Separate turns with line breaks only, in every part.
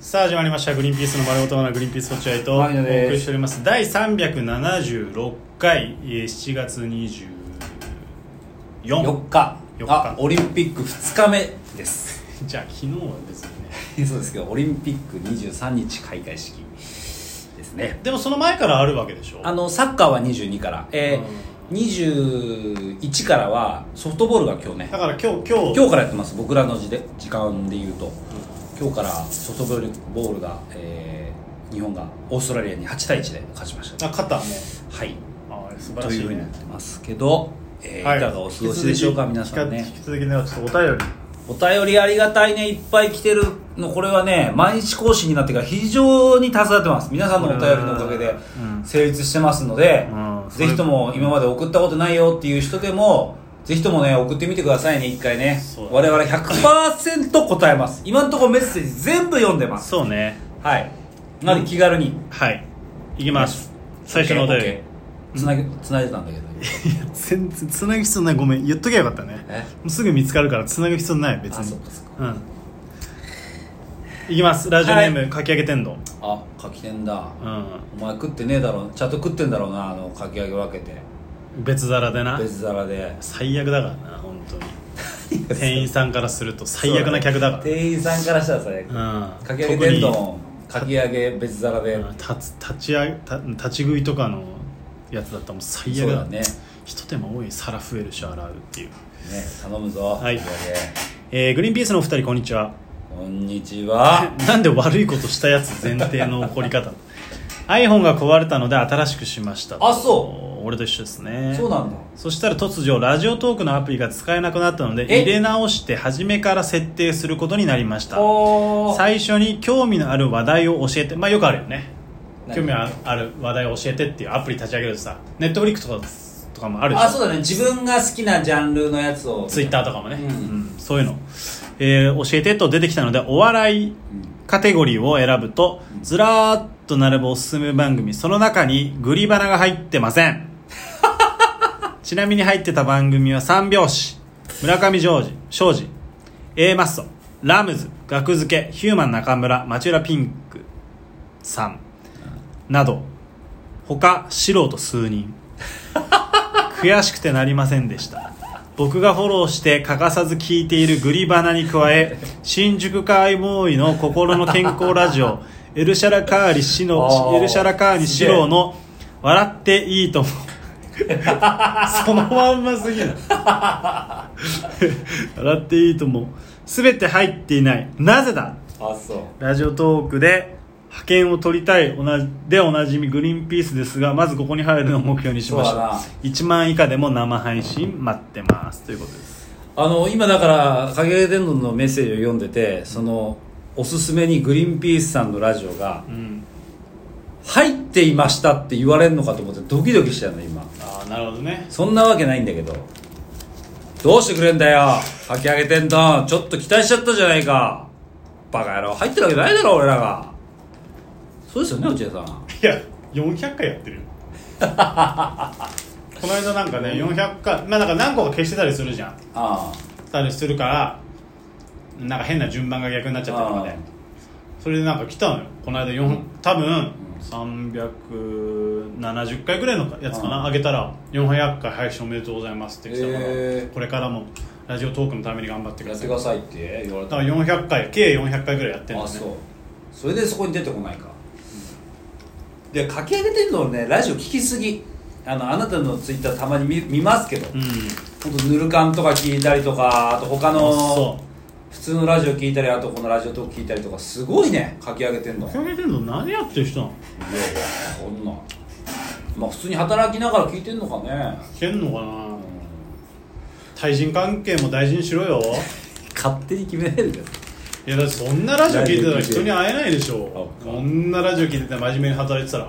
さあ始まりました「グリーンピースの丸ごとなグリーンピース落合」とお
はい
送りしております第376回えー7月24
4日
4日
あオリンピック2日目です
じゃあ昨日は別にね
そうですけどオリンピック23日開会式ですね
でもその前からあるわけでしょ
あのサッカーは22からえー、21からはソフトボールが今日ね
だから今日今日
今日からやってます僕らの時で時間で言うと今日からソフトボールボールが、えー日本がオーストラリアに8対1で勝ちました
あ勝ったね
はい
あー素晴
と
ら
いう
し
ふう
い
にな
ね
ってますけど、えー
はい
いかがお過ごしでしょうか
引き
皆
続き
さんね
引き続きねちょっとお便り
お便りありがたいねいっぱい来てるのこれはね毎日更新になってから非常に助かってます皆さんのお便りのおかげで
うん
成立してますので、
うん
ぜひとも今まで送ったことないよっていう人でもぜひともね送ってみてくださいね一回ね
そう
我々100%答えます今のところメッセージ全部読んでます
そうね
はいなので気軽に
はいいきます最初のお便り
OK つなげつないでたんだけど
いや全然つなぐ必要ないごめん言っときゃよかったね
え
もうすぐ見つかるからつなぐ必要ない別に
あそっかそっ
うんいきますラジオネーム、
は
かき揚げ天丼
あ書きんだ
うん
お前食ってねえだろちゃんと食ってんだろうなあのかき揚げ分けて
別皿でな
別皿で
最悪だからな本当に 店員さんからすると最悪な客だから
店員さんからしたら最悪、
うん
かき揚げ天丼かき揚げ別皿で、
特にうん立つ立ち上げた立ち食いとかのやつだったらもう最
そ
悪
う
だ
だねね
一手間多い皿増えるし洗うっていう、
頼むぞ、
はい
かき揚
えーグリーンピースのお二人こんにちは
げこんにちは
なんで悪いことしたやつ前提の怒り 方 iPhone が壊れたので新しくしました
あそう
俺と一緒ですね
そうなんだ
そしたら突如ラジオトークのアプリが使えなくなったので
え
入れ直して初めから設定することになりました
おー
最初に興味のある話題を教えてまあよくあるよね
何
興味ある話題を教えてっていうアプリ立ち上げるとさネットフリックスとかとかもあるでしょ
あそうだね自分が好きなジャンルのやつを
ツイッターとかもね、
うん
うんそういうの、えー教えてと出てきたのでお笑いカテゴリーを選ぶとずらーっと並ぶおすすめ番組その中にグリバナが入ってませ んちなみに入ってた番組は三拍子村上ジョージ庄司 A マッソラムズ学付けヒューマン中村町浦ピンクさんなど他素人数人悔しくてなりませんでした僕がフォローして欠かさず聞いているグリバナに加え新宿カーイボーイの心の健康ラジ オエルシャラカーリシ
あ
の
ー
エルシャラカーニシローの笑っていいと思うそのまんますぎる笑っていいと思う全て入っていないなぜだ
あそう
ラジオトークで派遣を取りたいおなでおなじみグリーンピースですがまずここに入るのを目標にしましょ
そううだな
1万以下でも生配信待ってますということです
あの今だからかき揚げ天丼のメッセージを読んでてそのおすすめにグリーンピースさんのラジオが
うん
「入っていました」って言われるのかと思ってドキドキしたの今
ああなるほどね
そんなわけないんだけどどうしてくれんだよかき揚げ天丼ちょっと期待しちゃったじゃないかバカ野郎入ってるわけないだろ俺らがそうですよね落合さん
いや400回や ってるよこの間なんかね400回まあなんか何個か消してたりするじゃん
あ
たりするからなんか変な順番が逆になっちゃったりとか
あ
で
ー
それでなんか来たのよこの間4多分370回ぐらいのやつか
あ
な上げたら「400回配信おめでとうございます」って来たから、
へー
これからもラジオトークのために頑張ってくださいだ
ださいって言われ
から400回計400回ぐらいやってるん
あ
です
そう
ね
それでそこに出てこないか、でかき揚げ天丼ねラジオ聞きすぎあのあなたのツイッターたまに見見ますけど、
うん
ほんとぬるかんとか聞いたりとかあと他の
そ
普通のラジオ聞いたりあとこのラジオと聞いたりとかすごいねかき揚げ天丼
うかけてんの何やってる人なの
こんなまあ普通に働きながら聞いてんのかね
してんのかな対人関係も大事にしろよ
勝手に決めないでくださ
いやだってそんなラジオ聞いてたら
ラジオ聞
人
い
に
て
会えないでしょ
あ
こんなラジオ聞いてたら真面目に働いてたら
い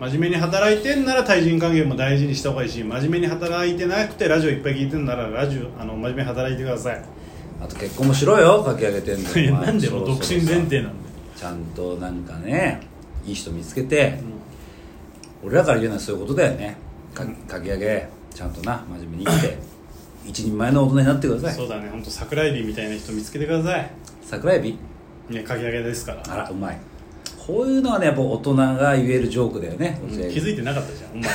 真面目に働いてんなら対人関係も大事にした方がいいし真面目に働いてなくてラジオいっぱい聞いてんならラジオあの真面目に働いてくださ い
あと結婚もしろよかき揚げ天丼
も
は
う
そろそろさ
提なんで
ちゃんとなんかねいい人見つけて、俺らから言うのはそういうことだよねかかき揚げちゃんとな真面目に生きて一人前の大人になってください
そうだね本当桜エビみたいな人見つけてください
桜エビ
ねかき揚げですから
あらうまいこういうのはねやっぱ大人が言えるジョークだよね、
気づいてなかったじゃんお前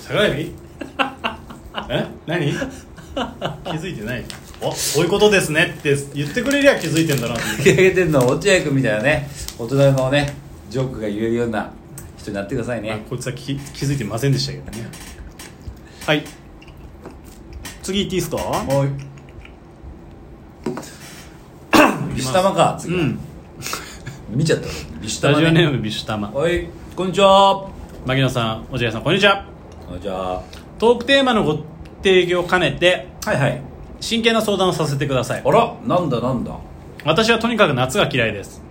桜 えびえ何気づいてないおそういうことですねって言ってくれりゃ気づいてんだなって
かき上げてるのは落合君みたいなね大人のねジョークが言えるような人になってください
あ
ね
こいつは気気づいてませんでしたけどねはい次行っていいですか
もう ビシュタマか
う
次、
ん
見ちゃった俺ビシ
スタ
ュタマ、
ジオ
ね、
ネームビシュタマ
はいこんにちは
牧野さん落合さんこんにちは
あじゃあ
トークテーマのご提供を兼ねて
はいはい
真剣な相談をさせてください
あらなんだなんだ
私はとにかく夏が嫌いです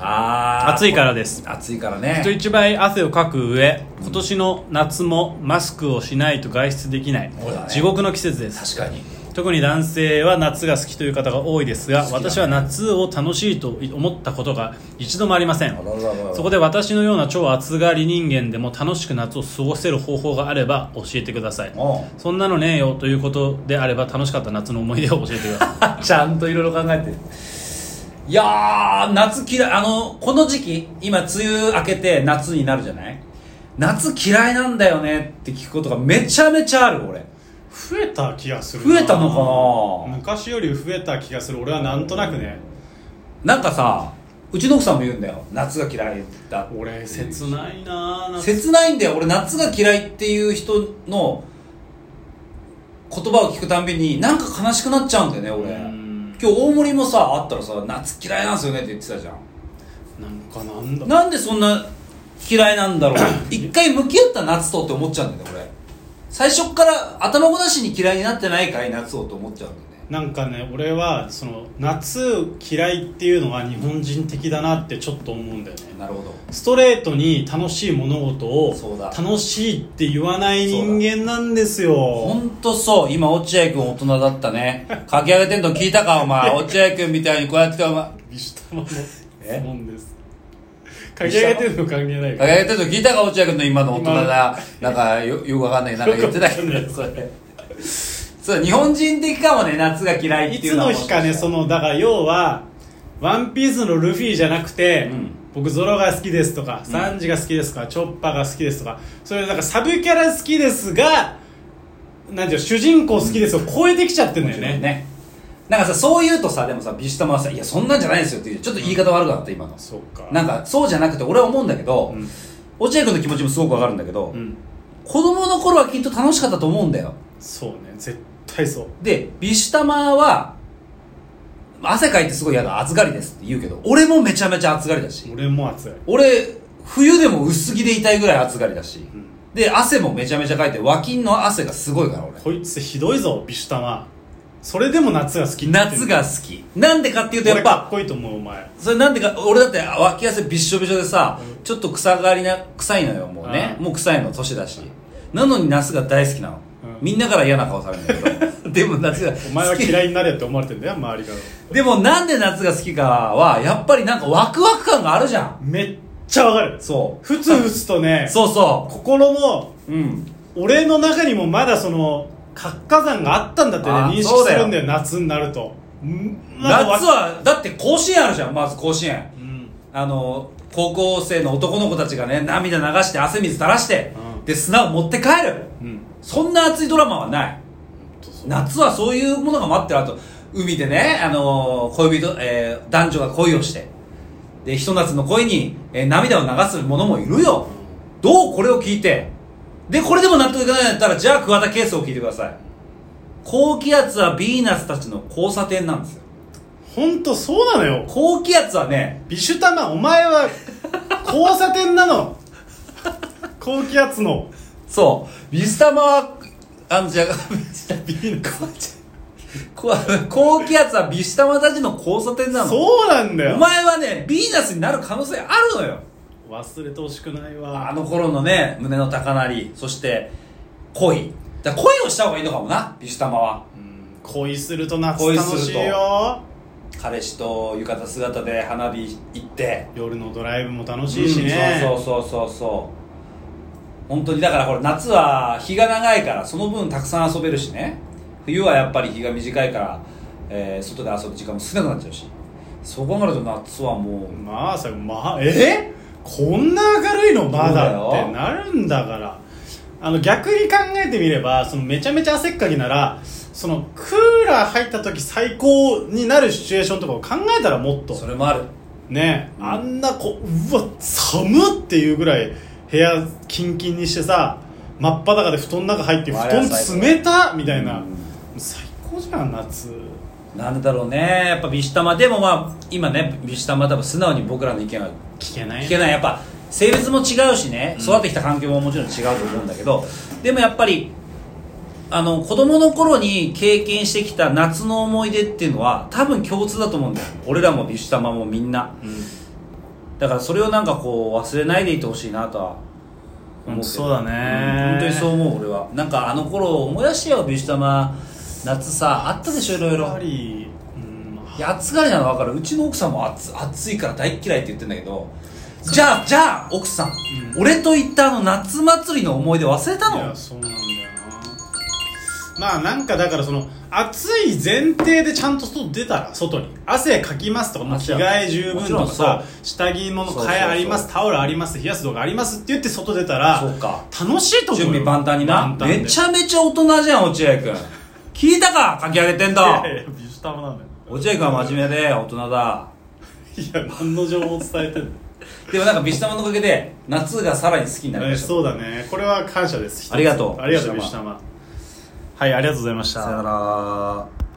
あー
暑いからです
暑いからね
人一倍汗をかく上今年の夏もマスクをしないと外出できない、
そうだね
地獄の季節です
確かに
特に男性は夏が好きという方が多いですが、
だね
私は夏を楽しいと思ったことが一度もありません
あらららら
そこで私のような超暑がり人間でも楽しく夏を過ごせる方法があれば教えてください
おう
そんなのねえよということであれば楽しかった夏の思い出を教えてくださ
ちゃんといろいろ考えていやー夏嫌いあのこの時期今梅雨明けて夏になるじゃない夏嫌いなんだよねって聞くことがめちゃめちゃある俺
い増えた気がす
るな増えたのかな
昔より増えた気がする俺はなんとなくね
なんかさうちの奥さんも言うんだよ夏が嫌いだって
俺切ないなぁ
切ないんだよ俺夏が嫌いっていう人の言葉を聞くたんびになんか悲しくなっちゃうんだよね俺
うん
今日大森もさあったらさ夏嫌いなんですよねって言ってたじゃん
なんかなんだ
なんでそんな嫌いなん だろう一回向き合った夏とって思っちゃうんだよね俺最初っから頭ごなしに嫌いになってないかい夏をと思っちゃうんだよね
なんかね俺はその夏嫌いっていうのは日本人的だなってちょっと思うんだよね
なるほど
ストレートに楽しい物事を
そうだ
楽しいって言わない人間なんです
ほ
よ
んとそう今落合君大人だったねかき上げてんの聞いたかお 前落合君みたいにこうやってお前か
ビシュタマの
え
質問です書き上げてるの関係ない
き上
から
げてんの聞いたか落合君の今の大人だなんかよよくわかんないなんか言ってたけ
よ
ど
くわ
それそう日本人的かもね夏が嫌いっ
い
てい
つ
うの
の
は
日かねそのだから要は「ワンピースのルフィじゃなくて、
うん
僕ゾロが好きですとか、サンジが好きですとかチョッパが好きですとかそういうなんかサブキャラ好きですがなんていうの主人公好きですを超えてきちゃってるんだよね
ねなんかさそう言うとさでもさビシュタマはさ「いやそんなんじゃないですよ」っていうちょっと言い方悪くなった今の
そうか
なんかそうじゃなくて俺は思うんだけど、
うん
落合君の気持ちもすごくわかるんだけど、
うん
子供の頃はきっと楽しかったと思うんだよ
そうね絶対そう
でビシュタマは汗かいてすごい嫌だ暑がりですって言うけど俺もめちゃめちゃ暑がりだし
俺も熱い、
俺冬でも薄着でいたいぐらい暑がりだし
うん、
で汗もめちゃめちゃかいて脇の汗がすごいから俺
こいつひどいぞビシュタマそれでも夏が好きって言ってる
夏が好きなんでかっていうとやっ
俺か
ぱ
っこいいと思うお前
それなんでか俺だって脇汗びっしょびしょでさ、ちょっと草がりな臭いのよもうね
あー
もう臭いの年だしなのに夏が大好きな
う
の、
ん
みんなから嫌な顔されるんだ けどでも夏が
お前は
好き
嫌いになれって思われてんだよ周りから
でもなんで夏が好きかはやっぱりなんかワクワク感があるじゃん
めっちゃわかる
そう
ふつふつとね
そうそ
心の
ううん
俺の中にもまだその活火山があったんだってね
あ
認識
そう
す
だよ
るんだよ夏になるとんまだわ
夏はだって甲子園あるじゃんまず甲子園
うん
あの高校生の男の子たちがね涙流して汗水垂らして、
うん
で砂を持って帰る
うん
そんな熱いドラマはない
そう
夏はそういうものが待ってるあと海でね、あのー恋人、えー男女が恋をしてでひと夏の恋に、えー涙を流す者もいるよどうこれを聞いてでこれでも納得いかないんだったらじゃあ桑田佳祐を聞いてください高気圧はヴィーナスたちの交差点なんですよ
本当そうなのよ
高気圧はね
ビシュタマお前は交差点なの 高気圧の
そう水玉はあのじゃあ
ビーナ
こ高気圧はビシタマたちの交差点なの
そうなんだ
お
よ
前はねヴィーナスになる可能性あるのよ
忘れてほしくない
あ
わ
の頃のね、胸の高鳴り、そして、恋。だから恋をした方がいいのかもな、ビシュタマは。
うん恋すると夏
恋
楽
すると
しいよ
彼氏と浴衣姿で花火行って。
夜のドライブも楽しいし
う
ね
んそうそうそうそうそう。本当に、だからほら、夏は日が長いから、その分たくさん遊べるしね。冬はやっぱり日が短いから、えー外で遊ぶ時間も少なくなっちゃうし。そう考えると夏はもう
まあさまあえこんな明るいのまだ
そう
っ
だよ
てなるんだからあの逆に考えてみればそのめちゃめちゃ汗っかきならそのクーラー入った時最高になるシチュエーションとかを考えたらもっと
それもある
ね
うん
あんなこううわ寒っていうぐらい部屋キンキンにしてさ真っ裸で布団の中入って布
あれは最
団
高
冷たみたいな、
うん
最高じゃん夏
なんでだろうねやっぱビシュタマでもまあ今ねビシュタマ多分素直に僕らの意見は
聞けない
聞けないやっぱ性別も違うしね育ってきた環境ももちろん違うと思うんだけどでもやっぱりあの子供の頃に経験してきた夏の思い出っていうのは多分共通だと思うんだよ俺らもビシュタマもみんな
うん
だからそれをなんかこう忘れないでいてほしいなとは思うけど、
うんそうだね
ん本当にそう思う俺はなんかあの頃を思い出してよビシュタマ夏さあったでしょいろい
やっ
ろ
ぱり、うん、
いや暑がりなの分かるうちの奥さんも暑暑いから大っ嫌いって言ってんだけどじゃあじゃあ奥さん、
う
俺と行ったあの夏祭りの思い出忘れた
いや
の
そうなんだよなまあなんかだからその暑い前提でちゃんと外出たら外に汗かきますとかもう着替え十分と
も
か
ちろん
さ
そう
下着もの
そうそ
替
うそう
えありますタオルあります冷やすとかありますって言って外出たら
そうか
楽しいと思う
準備万端になめち
ゃ
ゃめちゃ大人じゃん落 合君聞いたか書き上げてんだ
いやいやビジュタマなんだよ
落合君は真面目で大人だ
いや何の情報を伝えてんの
でもなんかビシタマのおかげで夏がさらに好きになり
え
ま
ー
した
そうだねこれは感謝です
ありがとう
ありがとうビ
ビ
ジ
ジ
ュ
ュ
タマはいありがとうございました
さよなら